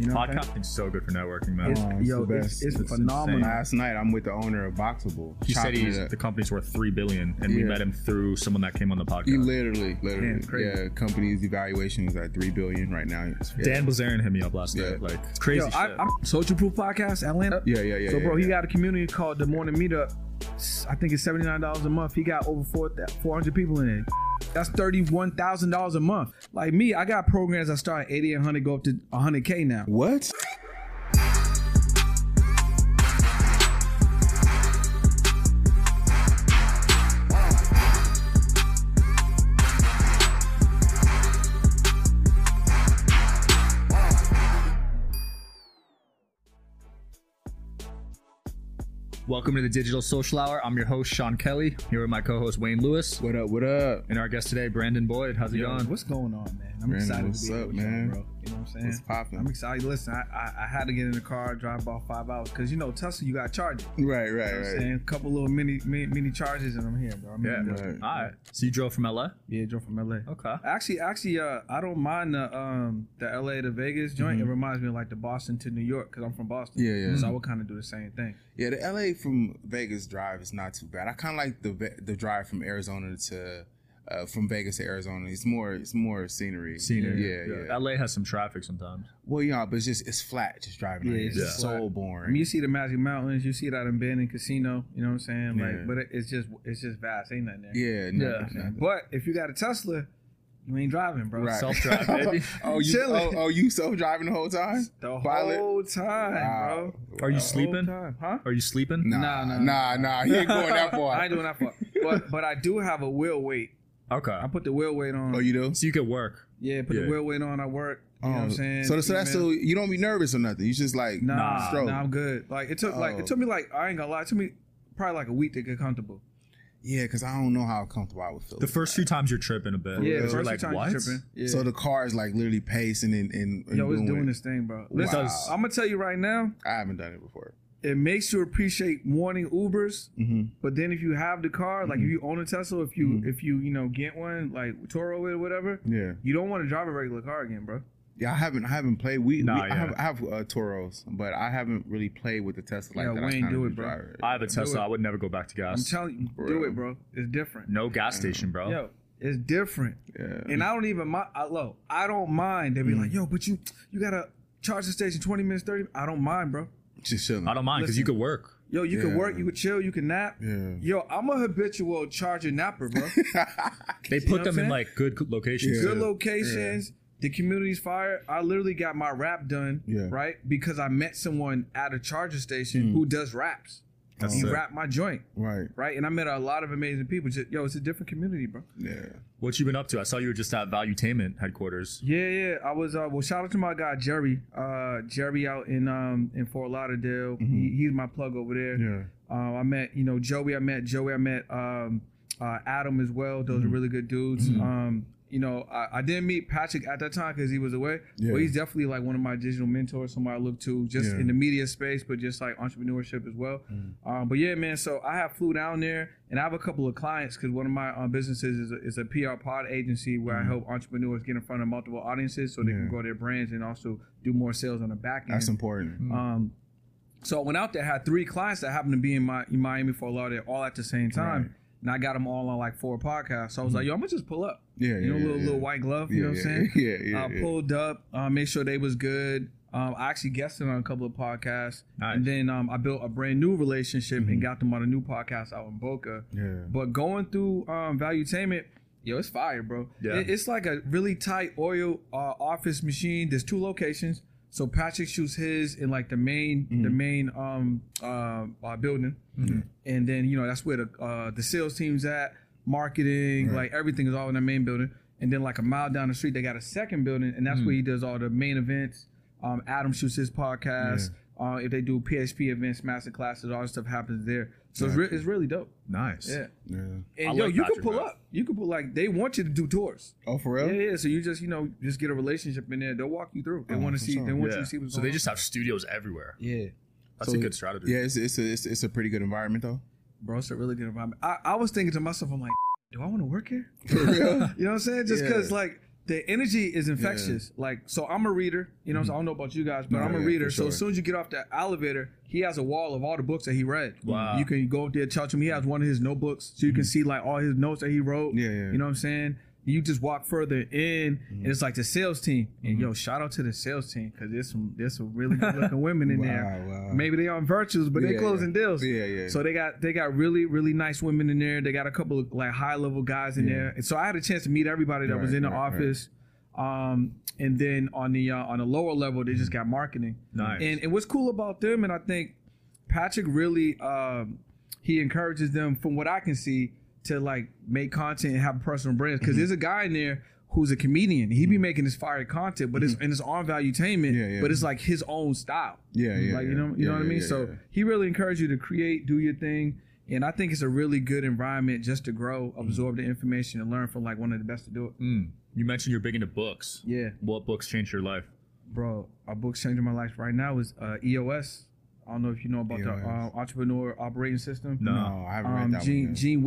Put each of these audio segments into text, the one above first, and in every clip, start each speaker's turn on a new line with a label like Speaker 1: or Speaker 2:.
Speaker 1: You know what I'm saying?
Speaker 2: Podcasting's so good for networking, man.
Speaker 1: It's-
Speaker 3: Oh, it's
Speaker 1: yo,
Speaker 3: the
Speaker 1: it's,
Speaker 3: best.
Speaker 1: it's
Speaker 2: It's
Speaker 1: phenomenal.
Speaker 2: insane.
Speaker 3: Last night, I'm with the owner of Boxable.
Speaker 2: he said
Speaker 3: chopping
Speaker 2: he's
Speaker 3: it up.
Speaker 2: the company's worth three billion, and we
Speaker 3: Yeah.
Speaker 2: met him through someone that came on the
Speaker 3: He
Speaker 2: podcast.
Speaker 3: literally, literally,
Speaker 1: Damn, crazy.
Speaker 3: yeah. Company's evaluation was at three billion right now. Yeah.
Speaker 2: Dan Blazarian hit me up last
Speaker 3: Yeah.
Speaker 2: night, like crazy
Speaker 1: Yo,
Speaker 2: shit.
Speaker 1: I, I'm Social Proof Podcast, Atlanta.
Speaker 3: Yeah, yeah, yeah.
Speaker 1: so,
Speaker 3: yeah,
Speaker 1: bro,
Speaker 3: yeah.
Speaker 1: he got a community called the Morning Meetup. S- I think it's seventy nine dollars a month. He got over four four hundred people in it. That's thirty one thousand dollars a month. Like me, I got programs that start at eighty and hundred, go up to hundred k now.
Speaker 3: what?
Speaker 2: Welcome to the Digital Social Hour. I'm your host Sean Kelly. Here with my co-host Wayne Lewis
Speaker 3: What up? What up?
Speaker 2: and our guest today, Brandon Boyd. How's it
Speaker 1: Yo,
Speaker 2: going?
Speaker 1: What's going on, man? I'm
Speaker 3: Brandon,
Speaker 1: excited
Speaker 3: what's
Speaker 1: to be
Speaker 3: up,
Speaker 1: here with y'all,
Speaker 3: man?
Speaker 1: bro. You know what I'm saying?
Speaker 3: What's poppin'?
Speaker 1: I'm excited. Listen, I, I, I had to get in the car, drive about five hours, because you know Tesla, you got to charge it.
Speaker 3: Right, right,
Speaker 1: You know what I'm
Speaker 3: right.
Speaker 1: saying? A couple little mini, mini mini charges, and I'm here, bro. I'm
Speaker 2: Yeah.
Speaker 1: in the-
Speaker 3: Right.
Speaker 2: All right. So you drove from LA?
Speaker 1: yeah, drove from LA.
Speaker 2: Okay.
Speaker 1: Actually, actually, uh, I don't mind the um the LA to Vegas joint. It reminds me of like the Boston to New York because I'm from Boston.
Speaker 3: Mm-hmm. Yeah, yeah.
Speaker 1: So I would kind of do the same thing.
Speaker 3: Yeah, the LA from Vegas drive is not too bad. I kind of like the ve- the drive from Arizona to uh, from Vegas to Arizona. It's more it's more scenery. Yeah, yeah.
Speaker 2: LA has some traffic sometimes.
Speaker 3: Well, yeah, but it's just it's flat just driving.
Speaker 1: Yeah,
Speaker 3: out here.
Speaker 1: it's
Speaker 3: It's
Speaker 1: just
Speaker 3: so
Speaker 1: flat. I
Speaker 3: boring.
Speaker 1: mean, you see the Magic Mountains, you see that in Bandon Casino. You know what I'm saying? Like,
Speaker 3: Yeah.
Speaker 1: but it, it's just it's just vast. Ain't nothing there.
Speaker 3: yeah, no,
Speaker 2: Yeah.
Speaker 3: no.
Speaker 1: But if you got a Tesla, you ain't driving, bro.
Speaker 3: Right.
Speaker 2: Self-drive, baby.
Speaker 3: oh, you oh,
Speaker 1: Chilling.
Speaker 3: oh, you self driving the whole time?
Speaker 1: The
Speaker 3: Violet.
Speaker 1: whole time,
Speaker 3: Wow.
Speaker 1: bro.
Speaker 2: Are you
Speaker 1: The whole
Speaker 2: sleeping?
Speaker 1: time. Huh?
Speaker 2: Are you sleeping?
Speaker 3: Nah,
Speaker 1: Nah,
Speaker 3: nah,
Speaker 1: nah,
Speaker 3: nah, He ain't going that
Speaker 1: I
Speaker 3: far.
Speaker 1: ain't doing that far. But but I do have a wheel weight.
Speaker 2: Okay.
Speaker 1: I put the wheel weight on.
Speaker 3: oh, you do?
Speaker 2: So you could work.
Speaker 1: yeah, put
Speaker 2: Yeah.
Speaker 1: the wheel weight on. I work. You know what I'm
Speaker 3: Oh,
Speaker 1: saying?
Speaker 3: So, so that's
Speaker 1: Female.
Speaker 3: so you don't be nervous or nothing. You just like
Speaker 1: Nah,
Speaker 3: stroll.
Speaker 1: nah, I'm good. Like it took like
Speaker 3: Oh.
Speaker 1: it took me like I ain't gonna lie, it took me probably like a week to get comfortable.
Speaker 3: Yeah, because I don't know how comfortable I would feel.
Speaker 2: The first few times you're tripping a bit.
Speaker 1: Yeah, the
Speaker 2: You're
Speaker 1: first few
Speaker 2: like,
Speaker 1: times
Speaker 2: what?
Speaker 1: you tripping. Yeah.
Speaker 3: So the car is like literally pacing and and, and
Speaker 1: Yo, it's doing
Speaker 3: it.
Speaker 1: this thing, bro.
Speaker 3: Wow.
Speaker 1: Listen, I'm gonna tell you right now,
Speaker 3: I haven't done it before.
Speaker 1: it makes you appreciate morning Ubers.
Speaker 3: Mm-hmm.
Speaker 1: But then if you have the car, like if you own a Tesla, if you
Speaker 3: Mhm.
Speaker 1: if you you know get one like Toro it or whatever,
Speaker 3: Yeah,
Speaker 1: you don't want to drive a regular car again, bro.
Speaker 3: yeah. I haven't. I haven't played. We.
Speaker 2: Nah,
Speaker 3: we
Speaker 2: yeah.
Speaker 3: I have, I have uh, Toros, but I haven't really played with the Tesla like
Speaker 1: Yeah,
Speaker 3: that.
Speaker 1: Wayne,
Speaker 3: I kinda
Speaker 1: do it,
Speaker 3: just
Speaker 1: bro.
Speaker 3: drive it.
Speaker 2: I have a
Speaker 1: Do it.
Speaker 2: Tesla. I would never go back to
Speaker 1: I'm
Speaker 2: gas.
Speaker 1: telling you, do
Speaker 3: Bro.
Speaker 1: it, bro. It's different.
Speaker 2: no gas station, bro.
Speaker 1: Yo, it's different.
Speaker 3: Yeah.
Speaker 1: And I don't even mind. I, look, I don't mind. They be like, yo, but you you gotta charge the station 20 minutes, 30. I don't mind, bro.
Speaker 3: Just chilling.
Speaker 2: I don't mind because you could work.
Speaker 1: Yo, you can
Speaker 3: Yeah.
Speaker 1: work, you can chill, you can nap.
Speaker 3: Yeah.
Speaker 1: Yo, I'm a habitual charger napper, bro.
Speaker 2: They
Speaker 1: know what
Speaker 2: put
Speaker 1: I'm
Speaker 2: them in
Speaker 1: saying?
Speaker 2: like good co- locations.
Speaker 3: Yeah.
Speaker 1: Good locations. The community's fire. I literally got my rap done,
Speaker 3: Yeah. Mm.
Speaker 1: right? Because I met someone at a charger station who does raps.
Speaker 2: That's
Speaker 1: he
Speaker 2: sick.
Speaker 1: rapped my joint,
Speaker 3: Right.
Speaker 1: right? And I met a lot of amazing people. Just, yo, it's a different community, bro.
Speaker 3: Yeah.
Speaker 2: What you been up to? I saw you were just at Valuetainment headquarters.
Speaker 1: Yeah, yeah. I was uh well shout out to my guy Jerry. Uh Jerry out in um in Fort Lauderdale.
Speaker 3: Mm-hmm.
Speaker 1: He, he's my plug over there.
Speaker 3: Yeah.
Speaker 1: Uh, I met, you know, Joey, I met Joey, I met um uh Adam as well. Those
Speaker 3: Mm-hmm.
Speaker 1: are really good dudes. Um you know, I, I didn't meet Patrick at that time because he was away.
Speaker 3: Yeah.
Speaker 1: But he's definitely like one of my digital mentors, somebody I look to, just
Speaker 3: Yeah. Mm.
Speaker 1: in the media space, but just like entrepreneurship as well. Um, but yeah, man. So I have flew down there, and I have a couple of clients because one of my um, businesses is a, is a PR pod agency where I help entrepreneurs get in front of multiple audiences so they can
Speaker 3: Mm-hmm. Yeah.
Speaker 1: grow their brands and also do more sales on the back end.
Speaker 3: That's important.
Speaker 1: Um, so I went out there, had three clients that happened to be in my in Miami for a lot of all at the same time.
Speaker 3: Right.
Speaker 1: And I got them all on like four podcasts. So I was like, yo, I'm gonna just pull up.
Speaker 3: Yeah. yeah
Speaker 1: You know,
Speaker 3: yeah,
Speaker 1: little
Speaker 3: yeah.
Speaker 1: little white glove, you
Speaker 3: Yeah,
Speaker 1: know what
Speaker 3: yeah,
Speaker 1: I'm saying?
Speaker 3: Yeah. Yeah.
Speaker 1: I
Speaker 3: yeah.
Speaker 1: pulled up, uh, made sure they was good. Um, I actually guested on a couple of podcasts,
Speaker 2: Nice.
Speaker 1: and then um, I built a brand new relationship and got them on a new podcast out in Boca.
Speaker 3: Mm-hmm. yeah.
Speaker 1: But going through um, Valuetainment, yo, it's fire, bro.
Speaker 2: Yeah.
Speaker 1: It- it's like a really tight oil uh, office machine. There's two locations, so Patrick shoots his in like the main, the main um um, uh, building, and then you know that's where the uh, the sales team's at, marketing, like everything is all in the main building. And then like a mile down the street, they got a second building, and that's where he does all the main events. Um, Adam shoots his podcast. Uh, if they do PHP events, master classes, all that stuff happens there. So it's, re- it's really dope.
Speaker 2: Nice.
Speaker 1: Yeah.
Speaker 3: Yeah.
Speaker 1: And
Speaker 2: I
Speaker 1: yo,
Speaker 2: like
Speaker 1: you can
Speaker 2: Patrick,
Speaker 1: pull
Speaker 2: though.
Speaker 1: up. You can pull like they want you to do tours.
Speaker 3: Oh, for real?
Speaker 1: Yeah, yeah. So you just you know just get a relationship in there. They'll walk you through. They
Speaker 3: Oh,
Speaker 1: want to
Speaker 3: for
Speaker 1: see.
Speaker 3: sure.
Speaker 1: They want
Speaker 2: Yeah.
Speaker 1: you to see what's
Speaker 2: so
Speaker 1: going
Speaker 2: they just have studios everywhere.
Speaker 1: on. Yeah,
Speaker 2: That's
Speaker 3: So-
Speaker 2: a good strategy.
Speaker 3: Yeah. It's it's a, it's it's a pretty good environment though.
Speaker 1: bro, it's a really good environment. I, I was thinking to myself, I'm like, do I want to work here?
Speaker 3: For real.
Speaker 1: You know what I'm saying? Just because
Speaker 3: Yeah.
Speaker 1: like the energy is infectious. Like, so I'm a reader. You know, so I don't know about you guys, but I'm a
Speaker 3: Mm-hmm. yeah,
Speaker 1: reader.
Speaker 3: for
Speaker 1: So as
Speaker 3: sure.
Speaker 1: soon as you get off the elevator, he has a wall of all the books that he read. Wow. You can go up there, touch him. He has one of his notebooks, so you can see like all his notes that he wrote.
Speaker 3: Mm-hmm. Yeah, yeah. Mm-hmm.
Speaker 1: You know what I'm saying? You just walk further in, and it's like the sales team. And yo, shout out to the sales team because there's some there's some really good looking women in there.
Speaker 3: Wow, wow.
Speaker 1: Maybe they on virtues, but they
Speaker 3: Yeah,
Speaker 1: closing
Speaker 3: yeah.
Speaker 1: deals.
Speaker 3: Yeah, yeah.
Speaker 1: So they got they got really really nice women in there. They got a couple of like high level guys in there. And so I had a chance to meet everybody that was
Speaker 3: Right,
Speaker 1: in the
Speaker 3: right, right.
Speaker 1: office. Um, and then on the uh, on the lower level, they
Speaker 3: Mm.
Speaker 1: just got marketing.
Speaker 2: Nice.
Speaker 1: And and what's cool about them, and I think Patrick really um, he encourages them, from what I can see, to like make content and have personal brands.
Speaker 3: Mm-hmm.
Speaker 1: Because there's a guy in there who's a comedian. He be making this fire content, but it's and it's on valuetainment,
Speaker 3: Mm. Mm-hmm. Yeah, yeah.
Speaker 1: but it's like his own style.
Speaker 3: Yeah, yeah,
Speaker 1: Like you
Speaker 3: yeah.
Speaker 1: know, you
Speaker 3: Yeah,
Speaker 1: know what I
Speaker 3: yeah,
Speaker 1: mean.
Speaker 3: yeah,
Speaker 1: so
Speaker 3: yeah.
Speaker 1: he really encouraged you to create, do your thing. And I think it's a really good environment just to grow,
Speaker 3: Mm-hmm.
Speaker 1: absorb the information, and learn from like one of the best to do it.
Speaker 2: Mm. You mentioned you're big into books.
Speaker 1: Yeah,
Speaker 2: What books changed your life?
Speaker 1: bro, a book changing my life right now is uh, EOS. I don't know if you know about the
Speaker 3: EOS.
Speaker 1: uh, entrepreneur operating system.
Speaker 2: No.
Speaker 3: E No, Oh, I haven't read
Speaker 1: Um,
Speaker 3: that
Speaker 1: Gene,
Speaker 3: one. yet. Mm-hmm.
Speaker 1: Gene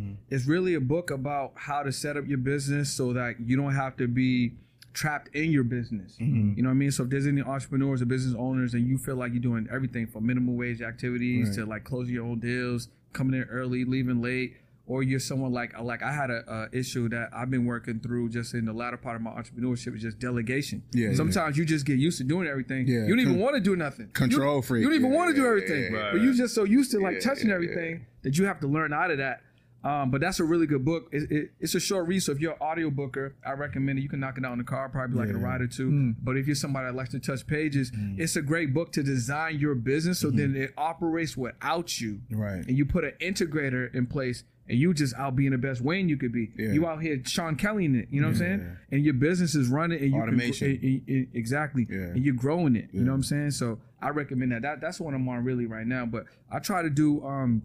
Speaker 1: Wickman. It's really a book about how to set up your business so that you don't have to be trapped in your business. You know what I mean? So if there's any entrepreneurs or business owners and you feel like you're doing everything from minimum wage activities to like closing your own deals, coming in early, leaving late, or you're someone like like I had a, uh issue that I've been working through just in the latter part of my entrepreneurship is just delegation.
Speaker 3: Yeah, yeah.
Speaker 1: Sometimes you just get used to doing everything.
Speaker 3: Yeah.
Speaker 1: You don't even
Speaker 3: Con-
Speaker 1: want to do nothing.
Speaker 3: Control
Speaker 1: you,
Speaker 3: freak.
Speaker 1: You don't even
Speaker 3: Yeah,
Speaker 1: want to do
Speaker 3: yeah,
Speaker 1: everything.
Speaker 3: yeah,
Speaker 2: yeah.
Speaker 1: But you just so used to like
Speaker 3: Yeah,
Speaker 1: touching
Speaker 3: yeah,
Speaker 1: everything that you have to learn out of that. Um, but that's a really good book. It, it, it's a short read, so if you're an audio booker, I recommend it. You can knock it out in the car, probably like a ride or two. But if you're somebody that likes to touch pages, it's a great book to design your business so then it operates without you.
Speaker 3: Mm-hmm. Right.
Speaker 1: And you put an integrator in place, and you just out being the best Wayne you could be.
Speaker 3: Yeah.
Speaker 1: You out here Sean Kelly in it. You know what I'm saying?
Speaker 3: Yeah.
Speaker 1: And your business is running, and you can-
Speaker 3: Automation.
Speaker 1: and- and- and- exactly.
Speaker 3: Yeah.
Speaker 1: And you're growing it. You know what I'm saying? So I recommend that. that that's what I'm on really right now. But I try to do um,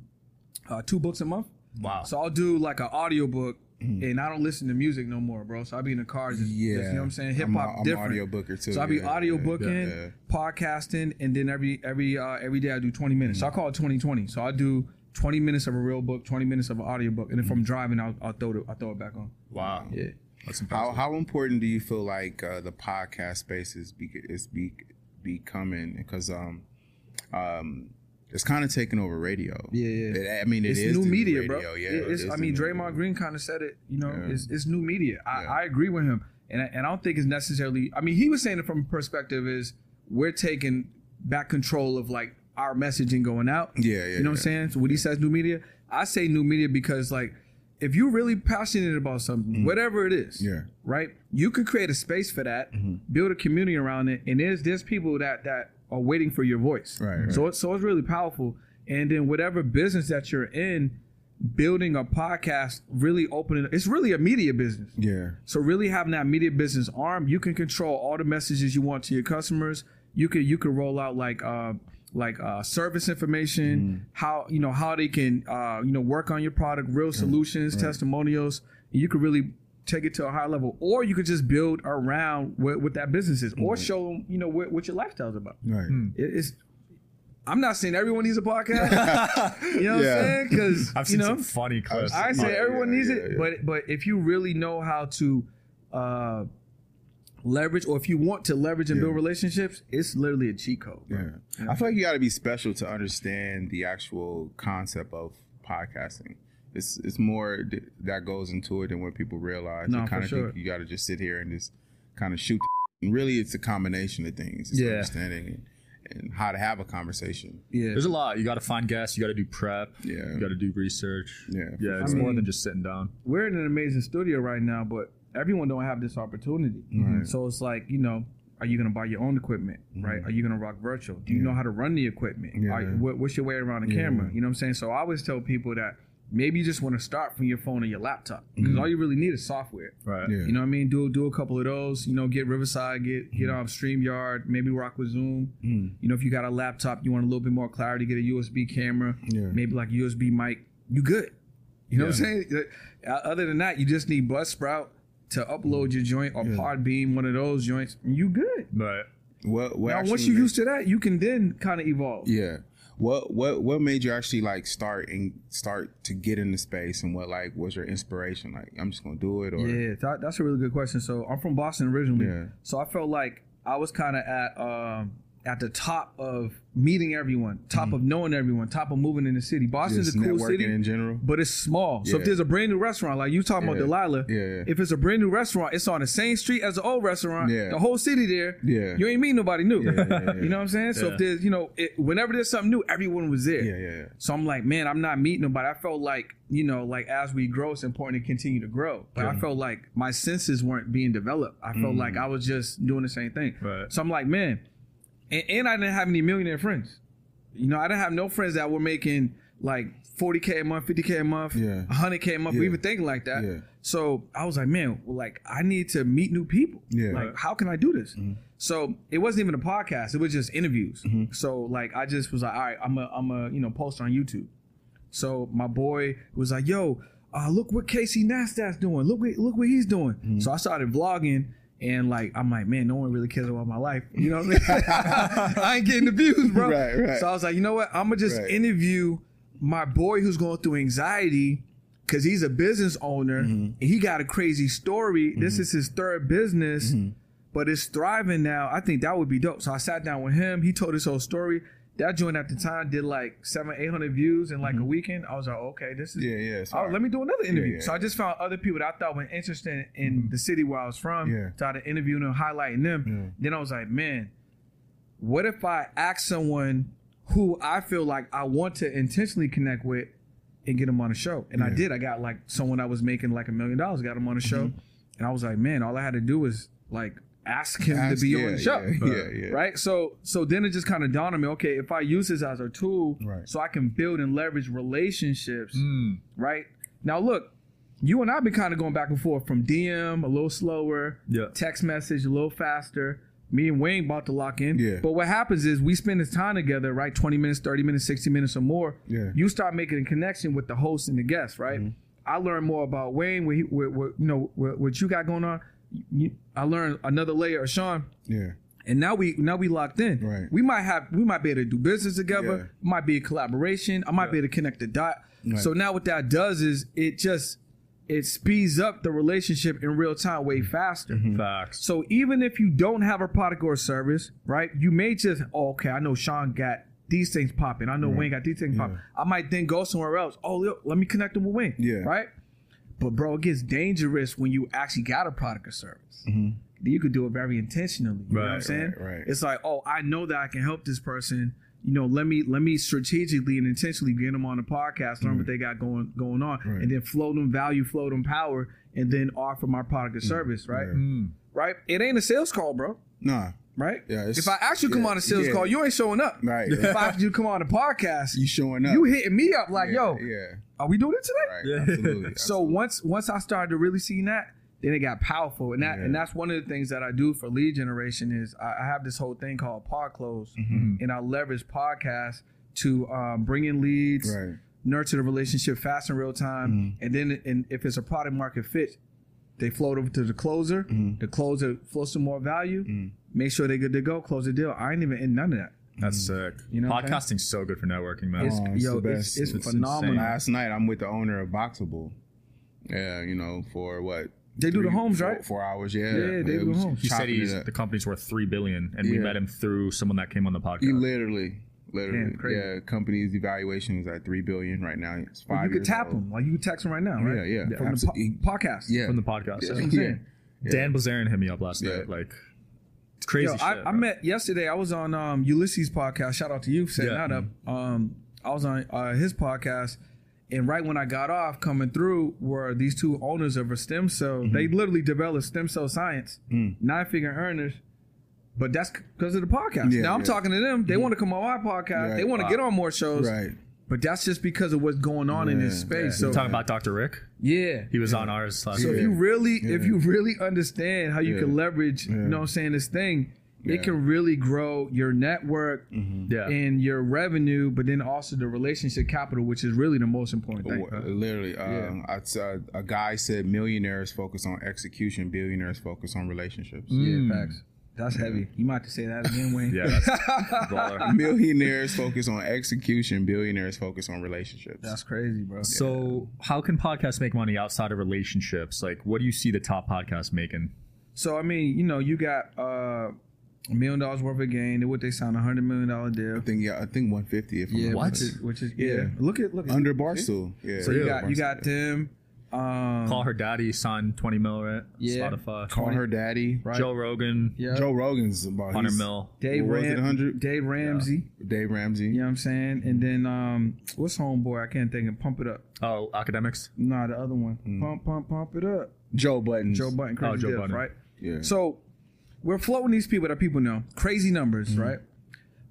Speaker 1: uh, two books a month.
Speaker 2: Wow.
Speaker 1: So I'll do like an audiobook and I don't listen to music no more, bro. So I'll be in the car just, just,
Speaker 3: Mm. Yeah.
Speaker 1: you know what I'm saying?
Speaker 3: I'm
Speaker 1: Hip
Speaker 3: a-
Speaker 1: hop
Speaker 3: I'm a
Speaker 1: different.
Speaker 3: audiobooker too,
Speaker 1: So I'll be
Speaker 3: yeah,
Speaker 1: audio
Speaker 3: yeah,
Speaker 1: audiobooking,
Speaker 3: yeah.
Speaker 1: podcasting, and then every every uh, every day I do 20 minutes. So I call it 2020. So I do 20 minutes of a real book, 20 minutes of an audiobook, and if
Speaker 3: Mm.
Speaker 1: I'm driving, I'll, I'll throw it I'll throw it back on.
Speaker 2: Wow.
Speaker 1: Yeah.
Speaker 2: That's
Speaker 3: How
Speaker 2: impressive.
Speaker 3: how important do you feel like uh, the podcast space is be, is be, becoming? Because um um it's kind of taking over radio.
Speaker 1: Yeah, yeah.
Speaker 3: It- I mean, it
Speaker 1: it's
Speaker 3: is
Speaker 1: new
Speaker 3: the
Speaker 1: media,
Speaker 3: radio.
Speaker 1: bro.
Speaker 3: Yeah,
Speaker 1: It-
Speaker 3: it
Speaker 1: it's,
Speaker 3: is
Speaker 1: I
Speaker 3: the
Speaker 1: mean,
Speaker 3: new
Speaker 1: Draymond
Speaker 3: media.
Speaker 1: Green kind of said it. You know,
Speaker 3: Yeah.
Speaker 1: it's, it's new media. I,
Speaker 3: Yeah.
Speaker 1: I agree with him, and I, and I don't think it's necessarily. I mean, he was saying it from a perspective is we're taking back control of like our messaging going out.
Speaker 3: Yeah, yeah,
Speaker 1: You know what I'm
Speaker 3: yeah.
Speaker 1: saying? So when he says new media, I say new media because like if you're really passionate about something, whatever it is,
Speaker 3: Mm. Yeah.
Speaker 1: right? You could create a space for that,
Speaker 3: Mm-hmm.
Speaker 1: build a community around it, and there's there's people that that are waiting for your voice.
Speaker 3: Right, right.
Speaker 1: So it's so it's really powerful. And then whatever business that you're in, building a podcast, really opening it's really a media business.
Speaker 3: Yeah.
Speaker 1: So really having that media business arm, you can control all the messages you want to your customers. You can you can roll out like uh, like uh, service information, how you know how they can uh, you know work on your product, real solutions, testimonials. You could really take it to a high level, or you could just build around what, what that business is, or show them you know what, what your lifestyle's about.
Speaker 3: Right.
Speaker 1: It- it's I'm not saying everyone needs a podcast. you know what
Speaker 3: Yeah.
Speaker 1: I'm saying? Because
Speaker 2: I've
Speaker 1: you
Speaker 2: seen
Speaker 1: know,
Speaker 2: some funny clips.
Speaker 1: I say
Speaker 3: Yeah,
Speaker 1: everyone
Speaker 3: yeah,
Speaker 1: needs
Speaker 3: yeah,
Speaker 1: it,
Speaker 3: yeah.
Speaker 1: but but if you really know how to uh, leverage, or if you want to leverage and build relationships, it's literally a cheat code. bro.
Speaker 3: Yeah. I feel like you got to be special to understand the actual concept of podcasting. It's it's more th- that goes into it than what people realize.
Speaker 1: No,
Speaker 3: you
Speaker 1: for
Speaker 3: kind of
Speaker 1: sure.
Speaker 3: think you got to just sit here and just kind of shoot. The and really, it's a combination of things. It's
Speaker 2: Yeah.
Speaker 3: understanding and, and how to have a conversation.
Speaker 1: Yeah,
Speaker 2: There's a lot. You got to find guests. You got to do prep.
Speaker 3: Yeah.
Speaker 2: You got to do research.
Speaker 3: Yeah.
Speaker 2: Yeah. It's
Speaker 1: I
Speaker 2: more
Speaker 1: mean-
Speaker 2: than just sitting down.
Speaker 1: we're in an amazing studio right now, but everyone don't have this opportunity. So it's like you know, are you gonna buy your own equipment, right? Are you gonna rock virtual? Do you know how to run the equipment?
Speaker 3: Mm-hmm. Yeah.
Speaker 1: Are- what, what's your way around the camera? You know what I'm saying? So I always tell people that maybe you just want to start from your phone or your laptop because
Speaker 3: Mm-hmm.
Speaker 1: all you really need is software.
Speaker 2: Right.
Speaker 3: Yeah.
Speaker 1: You know what I mean? Do do a couple of those. You know, get Riverside, get get
Speaker 3: Mm-hmm.
Speaker 1: um StreamYard, maybe rock with Zoom.
Speaker 3: Hmm.
Speaker 1: You know, if you got a laptop, you want a little bit more clarity, get a USB camera,
Speaker 3: Yeah.
Speaker 1: maybe like USB mic. You good? You know what I'm saying? Uh, Other than that, you just need Buzzsprout to
Speaker 3: Mm-hmm.
Speaker 1: upload your joint or Podbeam, one of those joints. You good?
Speaker 2: Right.
Speaker 3: What? what
Speaker 1: Now,
Speaker 3: actually
Speaker 1: once you
Speaker 3: makes-
Speaker 1: used to that, you can then kind of evolve.
Speaker 3: Yeah. What what what made you actually like start and start to get into space and what like was your inspiration? Like I'm just gonna do it or
Speaker 1: Yeah, that, that's a really good question. So I'm from Boston originally,
Speaker 3: Yeah.
Speaker 1: so I felt like I was kind of at um, at the top of meeting everyone, top of knowing everyone, top of moving in the city. Boston's
Speaker 3: Mm-hmm. just
Speaker 1: a cool
Speaker 3: networking
Speaker 1: city,
Speaker 3: in general.
Speaker 1: but it's small. So if
Speaker 3: Yeah.
Speaker 1: there's a brand new restaurant, like you talking
Speaker 3: Yeah.
Speaker 1: about Delilah,
Speaker 3: Yeah, yeah.
Speaker 1: if it's a brand new restaurant, it's on the same street as the old restaurant.
Speaker 3: Yeah.
Speaker 1: The whole city there.
Speaker 3: Yeah.
Speaker 1: You ain't meet nobody new.
Speaker 3: yeah, yeah, yeah.
Speaker 1: You know what I'm saying? So
Speaker 2: Yeah.
Speaker 1: if there's, you know, it, whenever there's something new, everyone was there.
Speaker 3: Yeah, yeah, yeah.
Speaker 1: So I'm like, man, I'm not meeting nobody. I felt like, you know, like as we grow, it's important to continue to grow. But I felt like my senses weren't being developed. I felt like
Speaker 3: Mm.
Speaker 1: I was just doing the same thing.
Speaker 2: Right.
Speaker 1: So I'm like, man, and, and I didn't have any millionaire friends. You know, I didn't have no friends that were making like 40k a month, 50k a month,
Speaker 3: Yeah.
Speaker 1: 100k a month, or
Speaker 3: Yeah.
Speaker 1: even thinking like that.
Speaker 3: Yeah.
Speaker 1: So I was like, man, well, like I need to meet new people.
Speaker 3: Yeah. Mm-hmm.
Speaker 1: Like, how can I do this? So it wasn't even a podcast; it was just interviews. So like, I just was like, all right, I'm a, I'm a, you know, post on YouTube. So my boy was like, yo, uh, look what Casey Nastat's doing. Look what, look what he's doing.
Speaker 3: Mm-hmm.
Speaker 1: So I started vlogging. And like I'm like, man, no one really cares about my life. You know what I mean? I ain't getting the views, bro.
Speaker 3: Right, right.
Speaker 1: So I was like, you know what? I'm gonna just
Speaker 3: Right.
Speaker 1: interview my boy who's going through anxiety because he's a business owner
Speaker 3: Mm-hmm.
Speaker 1: and he got a crazy story. This is his third business,
Speaker 3: Mm-hmm.
Speaker 1: but it's thriving now. I think that would be dope. So I sat down with him. He told his whole story. That joint at the time did like seven, eight hundred views in like a weekend. I was like, okay, this is
Speaker 3: Mm-hmm. Yeah, yeah. it's
Speaker 1: Oh,
Speaker 3: hard.
Speaker 1: let me do another interview.
Speaker 3: yeah, Mm-hmm.
Speaker 1: So I just found other people that I thought were interested in the city where I was from.
Speaker 3: Yeah.
Speaker 1: Started interviewing and highlighting them. Then I was like, man, what if I ask someone who I feel like I want to intentionally connect with and get them on a show? And I
Speaker 3: Yeah.
Speaker 1: did. I got like someone that was making like a million dollars, got him on a show.
Speaker 3: Mm-hmm.
Speaker 1: And I was like, man, all I had to do was like ask him
Speaker 3: Ask-
Speaker 1: to be
Speaker 3: yeah,
Speaker 1: on the show.
Speaker 3: yeah, yeah, yeah.
Speaker 1: Right. So so then it just kind of dawned on me, okay, if I use this as a tool
Speaker 3: Right.
Speaker 1: so I can build and leverage relationships
Speaker 2: Mm.
Speaker 1: right? Now look, you and I've been kind of going back and forth from DM a little slower,
Speaker 2: Yeah.
Speaker 1: text message a little faster. Me and Wayne about to lock in.
Speaker 3: Yeah.
Speaker 1: But what happens is we spend this time together, right? 20 minutes, 30 minutes, 60 minutes or more.
Speaker 3: Yeah.
Speaker 1: You start making a connection with the host and the guest, right? I learned more about Wayne, what, he, what, what you know, what, what you got going on. You, I learned another layer of Sean
Speaker 3: yeah.
Speaker 1: and now we now we locked in.
Speaker 3: Right.
Speaker 1: We might have we might be able to do business together. Might be a collaboration. I might be able to connect the dot. So now what that does is it just it speeds up the relationship in real time way faster.
Speaker 2: Mm-hmm. Facts.
Speaker 1: So even if you don't have a product or a service, right? You may just oh, okay. I know Sean got these things popping. I know Wayne got these things popping. I might then go somewhere else. Oh, look, let me connect them with Wayne.
Speaker 3: Yeah.
Speaker 1: Right. But bro, it gets dangerous when you actually got a product or service. You could do it very intentionally. You know what I'm
Speaker 2: Right,
Speaker 1: saying?
Speaker 3: Mm-hmm. right, right.
Speaker 1: It's like, oh, I know that I can help this person. You know, let me let me strategically and intentionally get them on the podcast,
Speaker 3: Mm-hmm.
Speaker 1: learn what they got going going on, and then flow them value, flow them power, and then offer my product or
Speaker 3: Mm-hmm.
Speaker 1: service. Right
Speaker 3: Yeah.
Speaker 2: Hmm.
Speaker 1: right? It ain't a sales call, bro.
Speaker 3: Nah.
Speaker 1: Right?
Speaker 3: Yeah, it's-
Speaker 1: if I ask you to come
Speaker 3: yeah,
Speaker 1: on a sales
Speaker 3: yeah.
Speaker 1: call, you ain't showing up.
Speaker 3: Right.
Speaker 1: If I ask you to come on a podcast,
Speaker 3: You
Speaker 1: you,
Speaker 3: showing up.
Speaker 1: hitting me up like,
Speaker 3: yeah,
Speaker 1: yo,
Speaker 3: Yeah.
Speaker 1: are we doing it today?
Speaker 3: Right.
Speaker 2: Yeah.
Speaker 3: Absolutely.
Speaker 1: So once once I started to really see that, then it got powerful, and that
Speaker 3: Yeah.
Speaker 1: and that's one of the things that I do for lead generation is I, I have this whole thing called Pod Close,
Speaker 3: Mm-hmm.
Speaker 1: and I leverage podcasts to um, bring in leads,
Speaker 3: Right.
Speaker 1: nurture the relationship fast in real time,
Speaker 3: Mm-hmm.
Speaker 1: and then and if it's a product market fit, they float over to the closer.
Speaker 3: Mm-hmm.
Speaker 1: The closer floats some more value. Make sure they good to go. Close the deal. I ain't even in none of that.
Speaker 2: That's sick.
Speaker 1: Mm. You know what I'm
Speaker 2: podcasting's so good for networking, man.
Speaker 1: It's,
Speaker 3: Oh, it's
Speaker 1: yo,
Speaker 3: the
Speaker 1: it's,
Speaker 3: best.
Speaker 1: it's,
Speaker 2: It's
Speaker 1: phenomenal.
Speaker 2: insane.
Speaker 3: Last night I'm with the owner of Boxable. Yeah, you know, for what?
Speaker 1: They do the homes,
Speaker 3: four-
Speaker 1: right?
Speaker 3: Four hours, yeah.
Speaker 1: Yeah, they do
Speaker 3: we
Speaker 1: the homes.
Speaker 2: he said
Speaker 3: chopping
Speaker 2: he's
Speaker 3: it up.
Speaker 2: the company's worth three billion, and we
Speaker 3: Yeah.
Speaker 2: met him through someone that came on the podcast.
Speaker 3: He literally, literally,
Speaker 1: Damn, crazy.
Speaker 3: yeah. Company's evaluation is at three billion right now. It's five.
Speaker 1: You could
Speaker 3: years
Speaker 1: tap
Speaker 3: old.
Speaker 1: them. Like you could text them right now, right?
Speaker 3: Yeah, yeah.
Speaker 1: From
Speaker 3: Absolutely.
Speaker 1: the po- podcast.
Speaker 3: Yeah,
Speaker 2: from the podcast.
Speaker 3: yeah,
Speaker 2: That's what I'm
Speaker 3: yeah.
Speaker 2: saying. Dan Blazarian hit me up last
Speaker 3: Yeah.
Speaker 2: night. Like, it's crazy.
Speaker 1: Yo, I,
Speaker 2: shit,
Speaker 1: I
Speaker 2: bro.
Speaker 1: met yesterday. I was on um, Ulysses podcast. Shout out to you for setting
Speaker 2: Yeah.
Speaker 1: that up. Um, I was on uh, his podcast, and right when I got off, coming through were these two owners of a stem cell.
Speaker 3: Mm-hmm.
Speaker 1: They literally developed stem cell science,
Speaker 3: Mm.
Speaker 1: nine figure earners. But that's because of the podcast.
Speaker 3: Yeah,
Speaker 1: now I'm
Speaker 3: yeah. Mm-hmm.
Speaker 1: talking to them. They want to come on my podcast.
Speaker 3: Right.
Speaker 1: They want to
Speaker 2: Wow.
Speaker 1: get on more shows.
Speaker 3: Right.
Speaker 1: But that's just because of what's going on in this
Speaker 3: Yeah,
Speaker 1: space.
Speaker 2: You
Speaker 1: So
Speaker 2: talking about Dr. Rick?
Speaker 1: yeah,
Speaker 2: He was on ours last
Speaker 1: so if
Speaker 2: week.
Speaker 1: you really, if you really understand how you can leverage, you
Speaker 3: Yeah.
Speaker 1: know, what I'm saying this thing,
Speaker 3: Yeah.
Speaker 1: it can really grow your network
Speaker 2: Yeah.
Speaker 1: and your revenue, but then also the relationship capital, which is really the most important thing.
Speaker 3: Wh- Literally, um, I t- uh,
Speaker 1: Mm.
Speaker 3: a guy said millionaires focus on execution, billionaires focus on relationships.
Speaker 1: Yeah, facts. That's heavy. You might have to say that again, Wayne.
Speaker 4: Yeah, that's baller.
Speaker 3: Millionaires focus on execution. Billionaires focus on relationships.
Speaker 1: That's crazy, bro.
Speaker 2: So, how can podcasts make money outside of relationships? Like, what do you see the top podcasts making?
Speaker 1: So I mean, you know, you got uh, a million dollars worth of gain. They what they signed a hundred million dollar deal.
Speaker 3: I think yeah, I think one fifty. If I'm
Speaker 1: Yeah,
Speaker 3: not
Speaker 2: What?
Speaker 1: Which is, which is yeah.
Speaker 3: Yeah.
Speaker 1: Look at look at
Speaker 3: under Barstool. Yeah.
Speaker 1: So you
Speaker 2: Yeah.
Speaker 1: got you got them. Um,
Speaker 2: Call her daddy, son, twenty mil, right?
Speaker 1: Yeah.
Speaker 2: Spotify.
Speaker 3: Call her daddy.
Speaker 1: right?
Speaker 2: Joe Rogan,
Speaker 1: Yeah.
Speaker 3: Joe Rogan's about
Speaker 2: hundred
Speaker 3: he's-
Speaker 2: mil.
Speaker 1: Dave
Speaker 3: What was it,
Speaker 1: Ram-
Speaker 3: 100?
Speaker 1: Dave Ramsey.
Speaker 3: Dave Ramsey.
Speaker 1: You know what I'm saying? And then um, what's homeboy? I can't think of. Pump it up.
Speaker 2: Oh, academics.
Speaker 1: Nah, the other one.
Speaker 3: Mm.
Speaker 1: Pump pump pump it up.
Speaker 3: Joe Buttons.
Speaker 1: Joe Button, crazy
Speaker 2: Oh, Joe
Speaker 1: Diff,
Speaker 2: Budden.
Speaker 1: right?
Speaker 3: Yeah.
Speaker 1: So we're floating these people that people know, crazy numbers,
Speaker 3: Mm-hmm.
Speaker 1: right?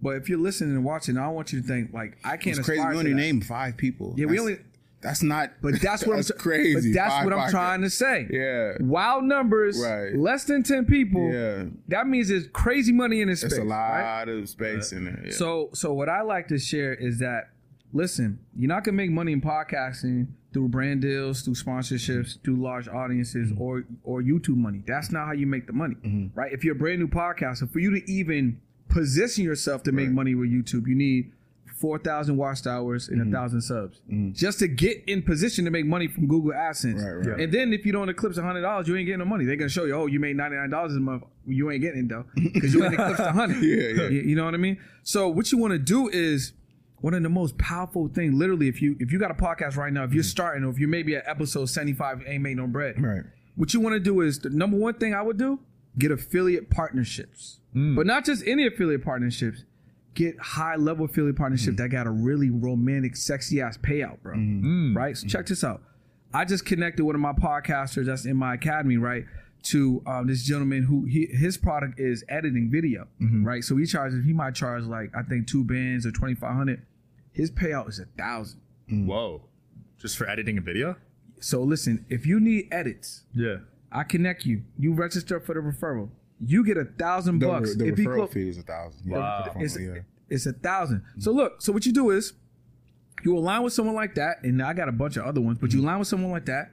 Speaker 1: But if you're listening and watching, I want you to think like I can't.
Speaker 3: it's crazy.
Speaker 1: aspire
Speaker 3: We
Speaker 1: to
Speaker 3: only
Speaker 1: that.
Speaker 3: named five people.
Speaker 1: Yeah, we
Speaker 3: That's-
Speaker 1: only.
Speaker 3: That's not.
Speaker 1: But that's what I'm.
Speaker 3: that's crazy.
Speaker 1: But that's
Speaker 3: Five
Speaker 1: what I'm
Speaker 3: pockets.
Speaker 1: trying to say.
Speaker 3: Yeah.
Speaker 1: Wild numbers,
Speaker 3: Right.
Speaker 1: less than ten people.
Speaker 3: Yeah.
Speaker 1: That means there's crazy money in this space.
Speaker 3: It's a lot
Speaker 1: right?
Speaker 3: of space in there. Yeah.
Speaker 1: So, so what I like to share is that listen, you're not gonna make money in podcasting through brand deals, through sponsorships, through large audiences,
Speaker 3: Mm-hmm.
Speaker 1: or or YouTube money. That's not how you make the money, right? If you're a brand new podcaster, for you to even position yourself to make
Speaker 3: Right.
Speaker 1: money with YouTube, you need four thousand watched hours and
Speaker 3: Mm-hmm.
Speaker 1: a thousand subs just to get in position to make money from Google AdSense.
Speaker 3: Right, right.
Speaker 1: And then if you don't eclipse hundred dollars, you ain't getting no money. They're gonna show you, oh, you made ninety nine dollars a month. You ain't getting it though because you ain't eclipsed hundred.
Speaker 3: Yeah, yeah.
Speaker 1: You, you know what I mean? So what you want to do is one of the most powerful thing. Literally, if you if you got a podcast right now, if
Speaker 3: Mm.
Speaker 1: you're starting, or if you're maybe at episode seventy five, ain't made no bread.
Speaker 3: right.
Speaker 1: What you want to do is the number one thing I would do get affiliate partnerships, but not just any affiliate partnerships. Get high level affiliate partnership that got a really romantic, sexy ass payout, bro. Right? So check this out. I just connected one of my podcasters that's in my academy, right? To um, this gentleman who he, his product is editing video, right? So he charges, he might charge like I think two bands or twenty five hundred. His payout is a thousand.
Speaker 2: Whoa, just for editing a video?
Speaker 1: So listen, if you need edits,
Speaker 2: Yeah.
Speaker 1: I connect you. You register for the referral. You get a thousand
Speaker 3: The,
Speaker 1: bucks.
Speaker 3: the
Speaker 1: If you
Speaker 3: referral
Speaker 1: clo-
Speaker 3: fee is a thousand.
Speaker 2: Wow.
Speaker 1: It's,
Speaker 3: Yeah. Mm-hmm.
Speaker 1: it's a 1000 So look, so what you do is you align with someone like that, and I got a bunch of other ones,
Speaker 3: Mm-hmm.
Speaker 1: but you align with someone like that,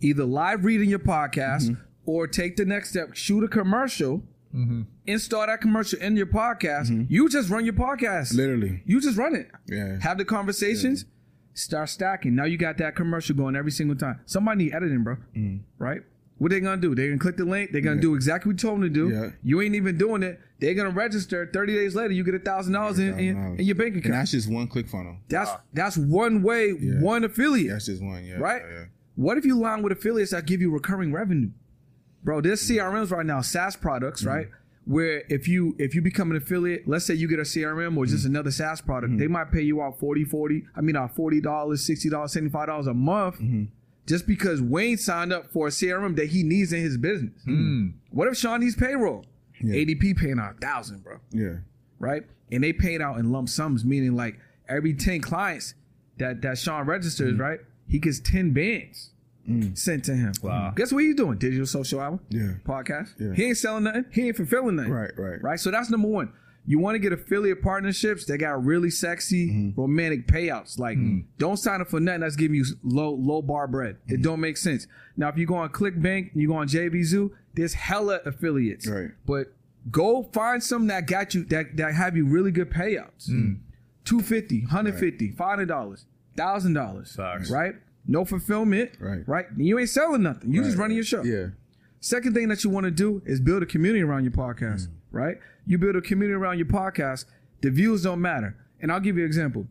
Speaker 1: either live reading your podcast
Speaker 3: Mm-hmm.
Speaker 1: or take the next step, shoot a commercial,
Speaker 3: Mm-hmm.
Speaker 1: install that commercial in your podcast. You just run your podcast.
Speaker 3: Literally.
Speaker 1: You just run it.
Speaker 3: Yeah.
Speaker 1: Have the conversations. Start stacking. Now you got that commercial going every single time. Somebody need editing, bro.
Speaker 3: Mm.
Speaker 1: Right? What they gonna do? They gonna click the link. They gonna do exactly what you told them to do.
Speaker 3: Yeah.
Speaker 1: You ain't even doing it. They gonna register. Thirty days later, you get a thousand dollars in in
Speaker 3: $1,000.
Speaker 1: in your bank account.
Speaker 3: And that's just one click funnel.
Speaker 1: that's that's one way, one affiliate.
Speaker 3: That's just one. Yeah.
Speaker 1: Right?
Speaker 3: Yeah.
Speaker 1: What if you line with affiliates that give you recurring revenue? Bro, there's CRMs right now, SaaS products, right? Where if you if you become an affiliate, let's say you get a CRM or just another SaaS product, they might pay you out 40, 40, I mean uh, $40, $60, $75 a month just because Wayne signed up for a CRM that he needs in his business. What if Sean needs payroll? ADP paying out a thousand, bro
Speaker 3: Yeah. yeah.
Speaker 1: right? And they paid out in lump sums, meaning like every 10 clients that that Sean registers,
Speaker 3: Mm.
Speaker 1: right? He gets 10 bands sent to him. Wow. Guess what he's doing? Digital social hour?
Speaker 3: Yeah.
Speaker 1: Podcast.
Speaker 3: Yeah.
Speaker 1: He ain't selling nothing. He ain't fulfilling nothing.
Speaker 3: Right, right.
Speaker 1: Right. So that's number one. You want to get affiliate partnerships that got really sexy
Speaker 3: Mm-hmm.
Speaker 1: romantic payouts. Like, don't sign up for nothing that's giving you low low bar bread.
Speaker 3: Mm-hmm.
Speaker 1: It don't make sense. Now, if you go on ClickBank, you go on JVZoo, there's hella affiliates.
Speaker 3: Right.
Speaker 1: But go find some that got you that that have you really good payouts.
Speaker 3: Mm-hmm.
Speaker 1: 250 150 $500, $1,000.
Speaker 2: Facts.
Speaker 1: Right? No fulfillment.
Speaker 3: Right.
Speaker 1: Right? You ain't selling nothing. You just
Speaker 3: Right.
Speaker 1: running your show.
Speaker 3: Yeah.
Speaker 1: Second thing that you want to do is build a community around your podcast,
Speaker 3: Mm-hmm.
Speaker 1: right? You build a community around your podcast, the views don't matter. And I'll give you an example.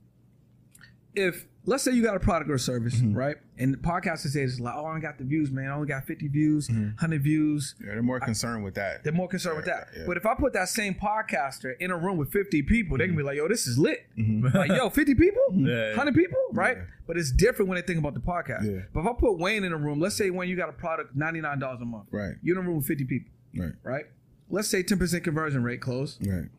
Speaker 1: If let's say you got a product or service,
Speaker 3: Mm-hmm.
Speaker 1: right? And the podcasters say it's like, oh, I only got the views, man. I only got 50 views, 100 views.
Speaker 3: Yeah, They're more concerned with that.
Speaker 1: They're more concerned with that.
Speaker 3: Mm-hmm. Yeah, yeah.
Speaker 1: But if I put that same podcaster in a room with 50 people, they can be
Speaker 3: Mm-hmm.
Speaker 1: like, yo, this is lit. Like, yo, 50 people?
Speaker 2: Yeah, yeah.
Speaker 1: 100 people? Right? But it's different when they think about the podcast.
Speaker 3: Yeah.
Speaker 1: But if I put Wayne in a room, let's say when you got a product, $99 a month.
Speaker 3: Right.
Speaker 1: You're in a room with 50 people
Speaker 3: Right.
Speaker 1: right? Let's say 10% conversion rate close.
Speaker 3: Right.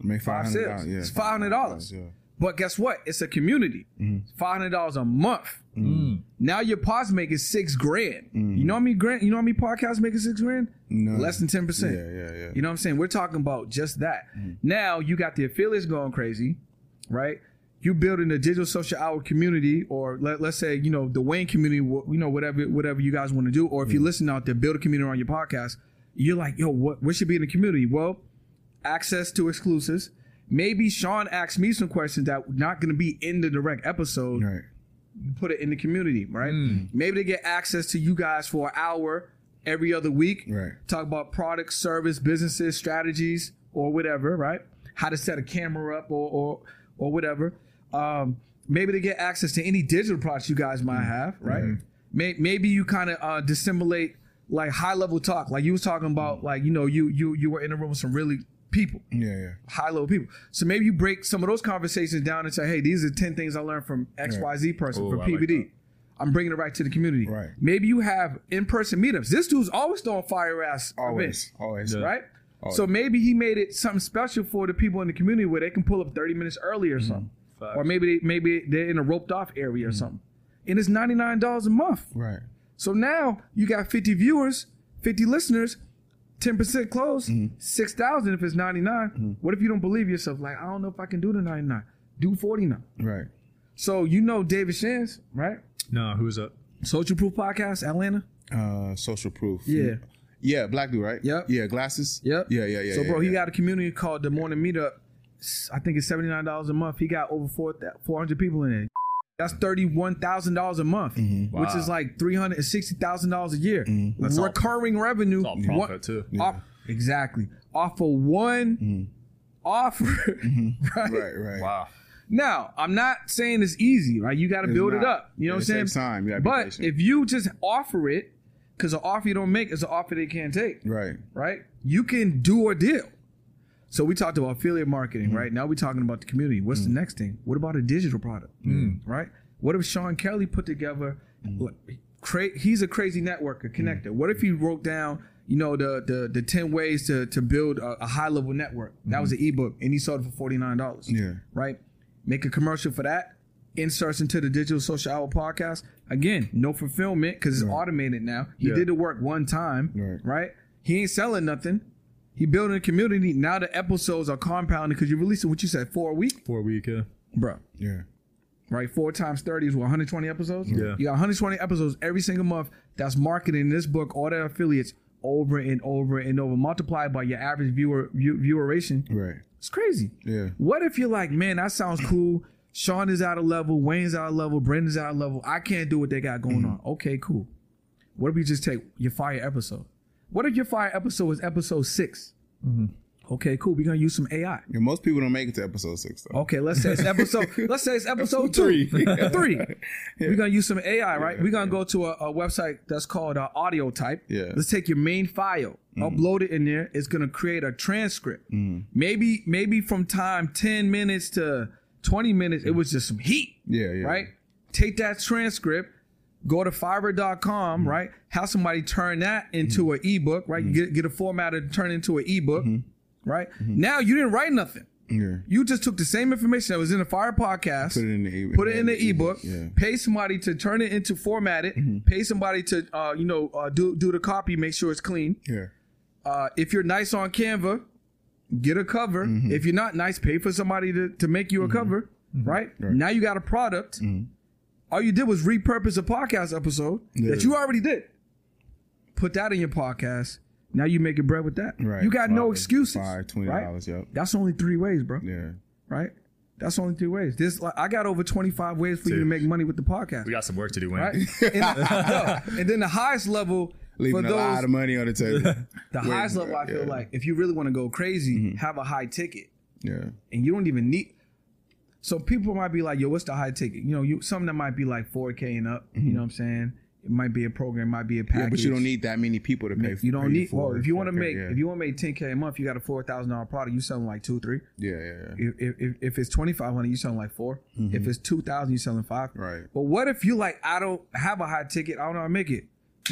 Speaker 3: Make
Speaker 1: Five
Speaker 3: five hundred
Speaker 1: sales.
Speaker 3: dollars. Yeah.
Speaker 1: It's $500.
Speaker 3: Yeah.
Speaker 1: But guess what? It's a community. $500 a month.
Speaker 2: Mm.
Speaker 1: Now your pods making six grand. You know how many grand? You know how many podcasts making six grand?
Speaker 3: No.
Speaker 1: Less than 10%.
Speaker 3: Mm-hmm. Yeah. Yeah. Yeah.
Speaker 1: You know what I'm saying? We're talking about just that. Now you got the affiliates going crazy, right? You building a digital social hour community, or let, let's say you know the Wayne community, wh- you know whatever whatever you guys want to do, or if you listen out there, build a community around your podcast. you're like, yo, what, what should be in the community? Well, access to exclusives. Maybe Sean asked me some questions that not going to be in the direct episode.
Speaker 3: Right.
Speaker 1: Put it in the community, right? Maybe they get access to you guys for an hour every other week.
Speaker 3: Right.
Speaker 1: Talk about products, service, businesses, strategies, or whatever, right? How to set a camera up or or, or whatever. Um, maybe they get access to any digital products you guys might have, right? May, maybe you kind of uh, dissimulate like high level talk, like you was talking about, like you know, you you you were in a room with some really people
Speaker 3: Yeah, yeah.
Speaker 1: high level people. So maybe you break some of those conversations down and say, hey, these are 10 things I learned from XYZ person,
Speaker 2: Ooh,
Speaker 1: from
Speaker 2: I like
Speaker 1: PBD.
Speaker 2: that.
Speaker 1: I'm bringing it right to the community.
Speaker 3: Right.
Speaker 1: Maybe you have in person meetups. This dude's always throwing fire ass
Speaker 3: Always,
Speaker 1: events,
Speaker 3: always.
Speaker 1: right? So maybe he made it something special for the people in the community where they can pull up 30 minutes early
Speaker 2: Mm-hmm.
Speaker 1: or something. Or maybe they, maybe they're in a roped off area or something. And it's $99 a month.
Speaker 3: Right.
Speaker 1: So now you got 50 viewers, 50 listeners, 10% close,
Speaker 3: Mm-hmm.
Speaker 1: 6,000 if it's 99. What if you don't believe yourself? Like, I don't know if I can do the 99. Do 49.
Speaker 3: Right.
Speaker 1: So you know David Shans, right?
Speaker 2: No, who's up?
Speaker 1: Social Proof Podcast, Atlanta.
Speaker 3: Uh, social proof.
Speaker 1: Yeah.
Speaker 3: Yeah, black dude, right?
Speaker 1: Yep.
Speaker 3: Yeah, glasses.
Speaker 1: Yep.
Speaker 3: Yeah, yeah, yeah.
Speaker 1: So,
Speaker 3: yeah,
Speaker 1: bro,
Speaker 3: yeah.
Speaker 1: he got a community called The Morning Meetup. S- I think it's $79 a month. He got over four thou- 400 people in it. That's $31,000 a month,
Speaker 3: Mm-hmm.
Speaker 1: which is like $360,000 a year.
Speaker 2: That's all-
Speaker 1: Recurring revenue.
Speaker 2: All
Speaker 1: One-
Speaker 2: profit Oh, too.
Speaker 1: Off, exactly. Off of one offer. Right?
Speaker 3: Mm-hmm. Right, right.
Speaker 2: Wow.
Speaker 1: Now, I'm not saying it's easy, right? You got to build it
Speaker 3: not.
Speaker 1: up. You know
Speaker 3: It
Speaker 1: what I'm saying?
Speaker 3: takes time. You gotta be
Speaker 1: but
Speaker 3: patient.
Speaker 1: if you just offer it, because an offer you don't make is an offer they can't take,
Speaker 3: Right.
Speaker 1: right? You can do a deal. So we talked about affiliate marketing, right? Now we're talking about the community. What's the next thing? What about a digital product, right? What if Sean Kelly put together? Like, cra- he's a crazy networker, connector. What if he wrote down, you know, the the, the ten ways to to build a, a high level network? That was an ebook, and he sold it for forty nine dollars.
Speaker 3: Yeah.
Speaker 1: right. Make a commercial for that. Inserts into the digital social hour podcast. Again, no fulfillment because it's automated now. He
Speaker 2: Yeah.
Speaker 1: did the work one time,
Speaker 3: Right.
Speaker 1: right? He ain't selling nothing. He building a community. Now the episodes are compounded because you release it, what you said, four a week?
Speaker 2: Four week. Yeah.
Speaker 1: Bruh.
Speaker 3: Yeah.
Speaker 1: Right? Four times 30 is what, 120 episodes?
Speaker 2: Yeah.
Speaker 1: You got 120 episodes every single month that's marketing this book, all their affiliates, over and over and over, multiplied by your average viewer view, vieweration.
Speaker 3: Right.
Speaker 1: It's crazy.
Speaker 3: Yeah.
Speaker 1: What if you're like, man, that sounds cool. Sean is out of level, Wayne's out of level, Brendan's out of level. I can't do what they got going on. Okay, cool. What if you just take your fire episode? What if your fire episode was episode 6 Okay, cool. We're gonna use some AI.
Speaker 3: Yeah, most people don't make it to episode six though.
Speaker 1: Okay, let's say it's episode. let's say it's episode
Speaker 3: Three.
Speaker 1: two, three. We're gonna use some AI, right? We're gonna go to a, a website that's called uh, Audio Type.
Speaker 3: Yeah.
Speaker 1: Let's take your main file, upload it in there. It's gonna create a transcript. Maybe maybe from time ten minutes to twenty minutes, it was just some heat.
Speaker 3: Yeah, yeah.
Speaker 1: Right. Take that transcript. Go to Fiverr.com, right? Have somebody turn that into an ebook, right? Get get a formatter to turn into an ebook, right? Now you didn't write nothing.
Speaker 3: Yeah.
Speaker 1: You just took the same information that was in the fire podcast,
Speaker 3: Put it in the e-
Speaker 1: put it in the ebook,
Speaker 3: Yeah. Mm-hmm.
Speaker 1: pay somebody to turn it into format it, pay somebody to uh, you know uh, do do the copy, make sure it's clean.
Speaker 3: Yeah.
Speaker 1: Uh, if you're nice on Canva, get a cover.
Speaker 3: Mm-hmm.
Speaker 1: If you're not nice, pay for somebody to, to make you a cover. Right? now, you got a product.
Speaker 3: Mm-hmm.
Speaker 1: All you did was repurpose a podcast episode that you already did. Put that in your podcast. Now you making bread with that.
Speaker 3: Right.
Speaker 1: You got no
Speaker 3: Five-
Speaker 1: excuses.
Speaker 3: Five, twenty
Speaker 1: right?
Speaker 3: dollars, yep.
Speaker 1: That's only three ways, bro
Speaker 3: Yeah.
Speaker 1: right? That's only three ways. This like, I got over twenty five ways for you to make money with the podcast,
Speaker 2: We got some work to do, Wayne.
Speaker 1: right? and, no, and then the highest level
Speaker 3: Leaving
Speaker 1: for
Speaker 3: a lot
Speaker 1: those,
Speaker 3: of money on the table.
Speaker 1: the highest level I feel
Speaker 3: yeah. Mm-hmm.
Speaker 1: like if you really want to go crazy, have a high ticket,
Speaker 3: yeah.
Speaker 1: and you don't even need. So people might be like, "Yo, what's the high ticket?" You know, you something that might be like four k and up. You know what I'm saying? It might be a program, might be a package.
Speaker 3: Mm-hmm. Yeah, but you don't need that many people to pay for
Speaker 1: You don't
Speaker 3: pay
Speaker 1: need.
Speaker 3: for
Speaker 1: Well,
Speaker 3: it,
Speaker 1: if you want to
Speaker 3: okay,
Speaker 1: make,
Speaker 3: yeah.
Speaker 1: if you want to make ten k a month, you got a four thousand dollar product. You selling like two, three.
Speaker 3: Yeah, yeah, yeah.
Speaker 1: If, if- if, if it's twenty five hundred, you selling like 4
Speaker 3: Mm-hmm.
Speaker 1: If it's two thousand, you selling five.
Speaker 3: Right.
Speaker 1: But what if you like? I don't have a high ticket. I don't know how to make it.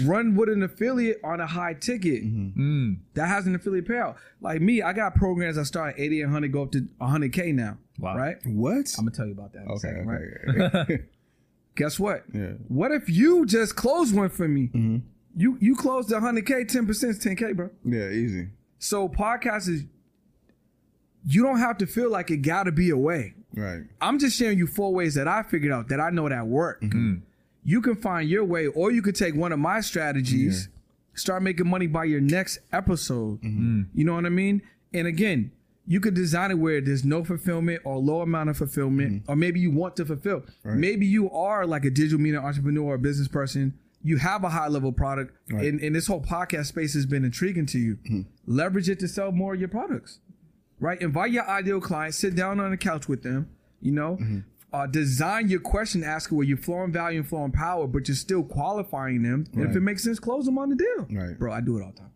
Speaker 1: Run with an affiliate on a high ticket
Speaker 3: Mm-hmm.
Speaker 2: Mm.
Speaker 1: that has an affiliate payout. Like me, I got programs that start at eighty and hundred, go up to hundred k now.
Speaker 2: Wow.
Speaker 1: Right.
Speaker 3: What?
Speaker 1: I'm gonna tell you about that. In a
Speaker 3: okay,
Speaker 1: second,
Speaker 3: okay.
Speaker 1: Right.
Speaker 3: yeah,
Speaker 1: Guess what?
Speaker 3: Yeah.
Speaker 1: What if you just close one for me?
Speaker 3: Mm-hmm.
Speaker 1: You you closed the hundred k, ten percent, ten k, bro.
Speaker 3: Yeah, easy.
Speaker 1: So podcast is. You don't have to feel like it got to be a way.
Speaker 3: Right.
Speaker 1: I'm just sharing you four ways that I figured out that I know that work. You can find your way, or you could take one of my strategies Start making money by your next episode. You know what I mean? And again, you could design it where there's no fulfillment or low amount of fulfillment, or maybe you want to fulfill. Maybe you are like a digital media entrepreneur or business person. You have a high level product, and, and this whole podcast space has been intriguing to you. Leverage it to sell more of your products right? Invite your ideal client, sit down on the couch with them, you know, uh, design your question asker where you're flowing value and flowing power, but you're still qualifying them. And if it makes sense, close them on the deal.
Speaker 3: Right.
Speaker 1: Bro, I do it all the time.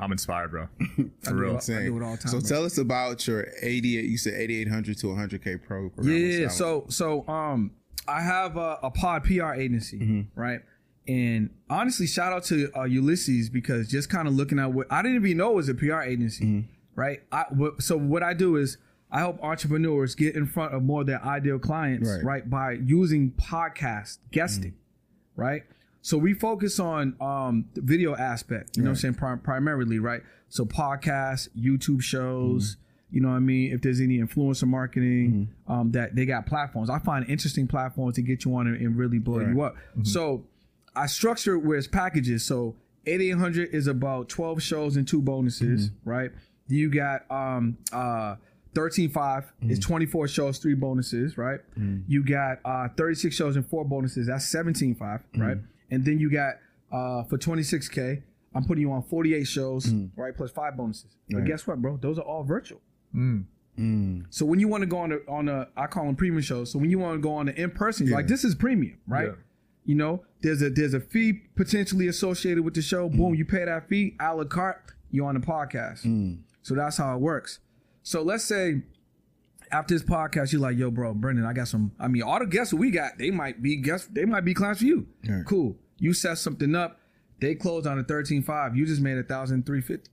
Speaker 2: I'm inspired, bro.
Speaker 1: I
Speaker 2: For
Speaker 1: do, it all,
Speaker 2: real.
Speaker 1: I do it all the time.
Speaker 3: So
Speaker 1: bro.
Speaker 3: tell us about your 88. You said 8800 to 100k pro program.
Speaker 1: Yeah, yeah.
Speaker 3: What's that one?
Speaker 1: So so um I have a, a pod PR agency,
Speaker 3: Mm-hmm.
Speaker 1: right? And honestly, shout out to uh, Ulysses because just kind of looking at what I didn't even know it was a PR agency,
Speaker 3: Mm-hmm.
Speaker 1: right? I wh- so what I do is I help entrepreneurs get in front of more of their ideal clients,
Speaker 3: Right.
Speaker 1: right? by using podcast guesting, right? So we focus on um the video aspect, you know what I'm saying, prim- primarily, right? So podcasts, YouTube shows, you know what I mean? If there's any influencer marketing, um, that they got platforms. I find interesting platforms to get you on and, and really blow you up. So I structure it where it's packages. So 8800 is about 12 shows and two bonuses, right? Then you got um uh 135 is 24 shows, three bonuses, right? You got uh 36 shows and four bonuses. That's 175, right? And then you got uh for 26k, I'm putting you on 48 shows, right? Plus five bonuses. But guess what, bro? Those are all virtual. Mm. So when you want to go on a, on a I call them premium shows. So when you want to go on an in person, like this is premium, right?
Speaker 2: Yeah.
Speaker 1: You know, there's a there's a fee potentially associated with the show. Boom, you pay that fee, a la carte, you're on the podcast. So that's how it works. So let's say after this podcast, you're like, yo, bro, Brendan, I got some. I mean, all the guests we got, they might be guests, they might be clients for you.
Speaker 3: Right.
Speaker 1: Cool. You set something up, they closed on a thirteen five. You just made a thousand three fifty.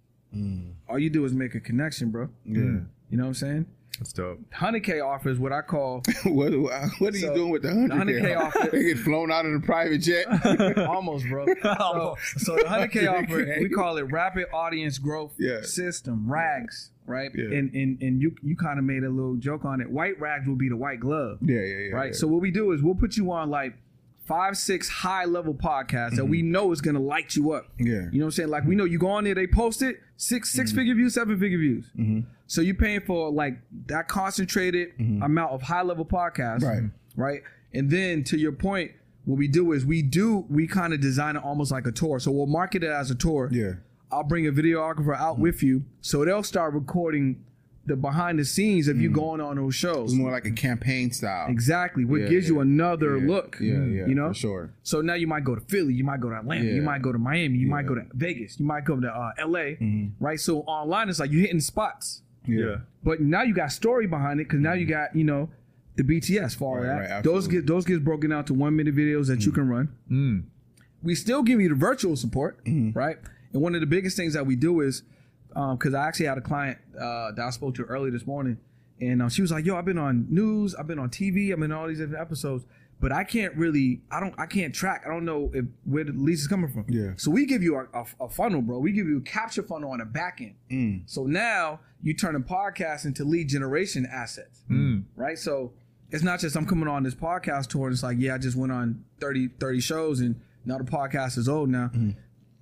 Speaker 1: All you do is make a connection, bro. Yeah. You know what I'm saying?
Speaker 2: That's dope.
Speaker 1: 100K offer is what I call
Speaker 3: what, what are you
Speaker 1: So,
Speaker 3: doing with the 100k?
Speaker 1: 100K offer.
Speaker 3: they get flown out in a private jet.
Speaker 1: almost, bro.
Speaker 3: Oh.
Speaker 1: So, so the 100K offer, we call it rapid audience growth
Speaker 3: Yeah.
Speaker 1: system, RAGs, right?
Speaker 3: Yeah.
Speaker 1: And, and and you you kind of made a little joke on it. White RAGs will be the white glove,
Speaker 3: yeah, yeah, yeah.
Speaker 1: right?
Speaker 3: yeah.
Speaker 1: So what we do is we'll put you on like five, six high level podcasts that
Speaker 3: Mm-hmm.
Speaker 1: we know is going to light you up.
Speaker 3: yeah, Mm-hmm.
Speaker 1: You know what I'm saying? Like we know you go on there, they post it, 6 six figure views, seven figure views. So you're paying for like that concentrated amount of high level podcasts,
Speaker 3: Mm-hmm. Right.
Speaker 1: Right. And then to your point, what we do is we do we kind of design it almost like a tour. So we'll market it as a tour.
Speaker 3: yeah. Mm-hmm.
Speaker 1: I'll bring a videographer out with you, so they'll start recording the behind the scenes of you going on those shows.
Speaker 3: It's Mm-hmm. more like a campaign style.
Speaker 1: Exactly, what
Speaker 3: Yeah,
Speaker 1: gives you
Speaker 3: yeah.
Speaker 1: another
Speaker 3: Yeah,
Speaker 1: look. mm,
Speaker 3: Yeah, yeah.
Speaker 1: you know,
Speaker 3: for sure.
Speaker 1: so now you might go to Philly, you might go to Atlanta,
Speaker 3: Yeah.
Speaker 1: you might go to Miami, you might go to Vegas, you might go to uh, LA,
Speaker 3: Mm-hmm.
Speaker 1: right? So online, it's like you're hitting spots,
Speaker 3: Yeah.
Speaker 1: but now you got story behind it because now you got you know the BTS for all
Speaker 3: Mm-hmm. Right,
Speaker 1: that.
Speaker 3: right,
Speaker 1: those
Speaker 3: absolutely. Mm.
Speaker 1: get those gets broken out to one minute videos that you can run. We still give you the virtual support, right? And one of the biggest things that we do is because I actually had a client uh, that I spoke to early this morning, and uh, she was like, "Yo, I've been on news, I've been on TV, I've been on all these different episodes." But I can't really, I don't, I can't track. I don't know if where the leads is coming from.
Speaker 3: Yeah.
Speaker 1: So we give you a, a, a funnel, bro. We give you a capture funnel on the back end. So now you turn a podcast into lead generation assets, right? So it's not just I'm coming on this podcast tour and it's like, yeah, I just went on 30, 30 shows and now the podcast is old now.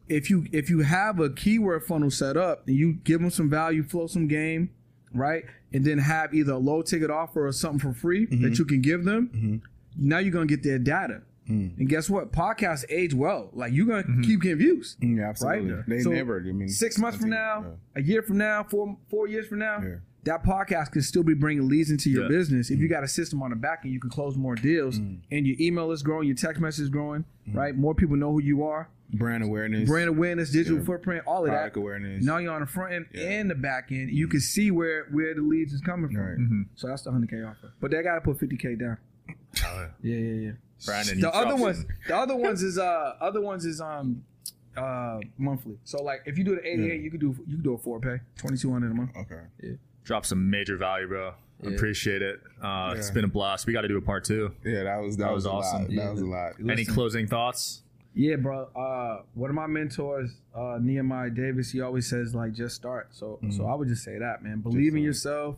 Speaker 1: If you if you have a keyword funnel set up and you give them some value, flow some game, right? And then have either a low ticket offer or something for free that you can give them, now you're gonna get their data. And guess what? Podcasts age well. Like you're gonna keep getting views
Speaker 3: Mm, Yeah, absolutely.
Speaker 1: Right?
Speaker 3: They
Speaker 1: So,
Speaker 3: never. I mean,
Speaker 1: six months from now,
Speaker 3: continue,
Speaker 1: a year from now, four four years from now,
Speaker 3: Yeah.
Speaker 1: that podcast can still be bringing leads into your
Speaker 2: Yeah.
Speaker 1: business. If you got a system on the back and you can close more deals, and your email is growing, your text message is growing, right? More people know who you are,
Speaker 3: yeah. Brand awareness.
Speaker 1: brand awareness, digital
Speaker 3: Yeah.
Speaker 1: footprint, all of
Speaker 3: Product
Speaker 1: that.
Speaker 3: awareness.
Speaker 1: Now you're on the front end
Speaker 3: Yeah.
Speaker 1: and the back end. You can see where where the leads is coming from.
Speaker 3: Right.
Speaker 1: So that's the hundred k offer, but they got to put fifty k down. Mm-hmm. Yeah, yeah, yeah.
Speaker 2: Brandon, you
Speaker 1: The other
Speaker 2: dropped
Speaker 1: ones,
Speaker 2: some-
Speaker 1: the other ones is uh, other ones is um, uh, monthly. So like, if you do the eighty eight, you could do you could do a four pay, twenty two hundred a month.
Speaker 3: Okay.
Speaker 2: Drop some major value, bro. Appreciate it. Uh, It's been a blast. We got to do a part two.
Speaker 3: Yeah, that was that,
Speaker 2: That
Speaker 3: was,
Speaker 2: was awesome.
Speaker 3: awesome. That was a lot.
Speaker 2: Any closing thoughts?
Speaker 1: Yeah, bro. Uh, one of my mentors, uh, Nehemiah Mm-hmm. Davis, he always says like, just start. So, so I would just say that, man. Believe in yourself.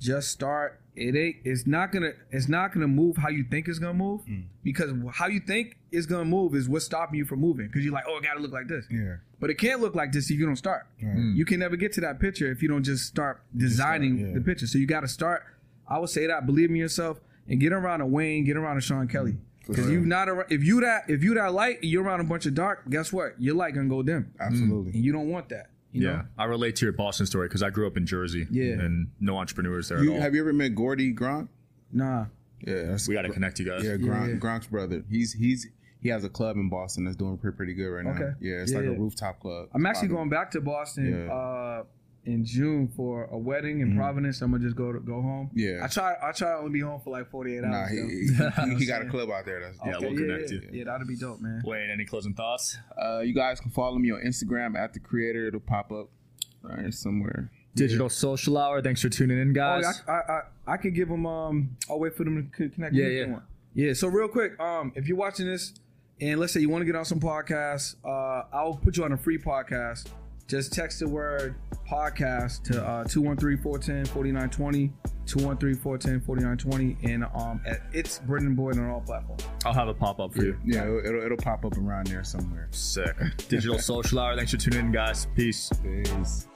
Speaker 1: just start. It ain't. It's not gonna. It's not gonna move how you think it's gonna move because how you think it's gonna move is what's stopping you from moving. Because you're like, oh, it gotta look like this,
Speaker 3: Yeah.
Speaker 1: but it can't look like this if you don't start.
Speaker 3: Right.
Speaker 1: You can never get to that picture if you don't Mm. just start designing
Speaker 3: yeah.
Speaker 1: the picture. So you got to start. I would say that believe in yourself and get around a Wayne, get around a Sean Kelly. Because
Speaker 3: sure.
Speaker 1: you not ar- if you that if you that light, and you're around a bunch of dark. Guess what? Your light gonna go dim,
Speaker 3: Absolutely.
Speaker 1: and mm, you don't want that. You
Speaker 2: yeah,
Speaker 1: know?
Speaker 2: I relate to your Boston story because I grew up in Jersey.
Speaker 1: Yeah.
Speaker 2: and no entrepreneurs there
Speaker 3: You,
Speaker 2: at all.
Speaker 3: have you ever met Gordy Gronk?
Speaker 1: Nah.
Speaker 3: Yeah, that's
Speaker 2: we got to connect you guys.
Speaker 3: Yeah, Gronk,
Speaker 1: yeah.
Speaker 3: Gronk's brother. He's he's he has a club in Boston that's doing pretty, pretty good right now.
Speaker 1: Okay.
Speaker 3: Yeah, it's
Speaker 1: Yeah,
Speaker 3: like a
Speaker 1: yeah.
Speaker 3: rooftop club.
Speaker 1: I'm actually
Speaker 3: Probably.
Speaker 1: going back to Boston
Speaker 3: Yeah. Mm-hmm.
Speaker 1: uh, in June for a wedding in Providence. I'm gonna just go to, go home.
Speaker 3: Yeah.
Speaker 1: I try. I try to only be home for like 48 hours.
Speaker 3: Nah, he,
Speaker 1: though.
Speaker 3: he, he- he got a club out there. That's,
Speaker 2: Yeah,
Speaker 1: Okay,
Speaker 2: we'll connect
Speaker 1: yeah,
Speaker 2: you.
Speaker 1: Yeah, that'd be dope, man.
Speaker 2: Wayne, any closing thoughts?
Speaker 3: Uh, you guys can follow me on Instagram at the creator. It'll pop up right somewhere.
Speaker 2: Digital Social Hour. Thanks for tuning in,
Speaker 1: Oh,
Speaker 2: guys.
Speaker 1: yeah, I, I, I, I could give them. Um, I'll wait for them to c- connect.
Speaker 2: Yeah,
Speaker 1: me if they
Speaker 2: yeah.
Speaker 1: want. yeah. So real quick, um, if you're watching this, and let's say you want to get on some podcasts, uh, I'll put you on a free podcast. Just text the word podcast to uh 213-410-4920, 213-410-4920, and um, at it's Brendan Boyd on all platforms.
Speaker 2: I'll have a pop up for you.
Speaker 3: Yeah, it'll, it'll, it'll pop up around there somewhere.
Speaker 2: Sick. Digital Social Hour. Thanks for tuning in, guys. Peace.
Speaker 3: Peace.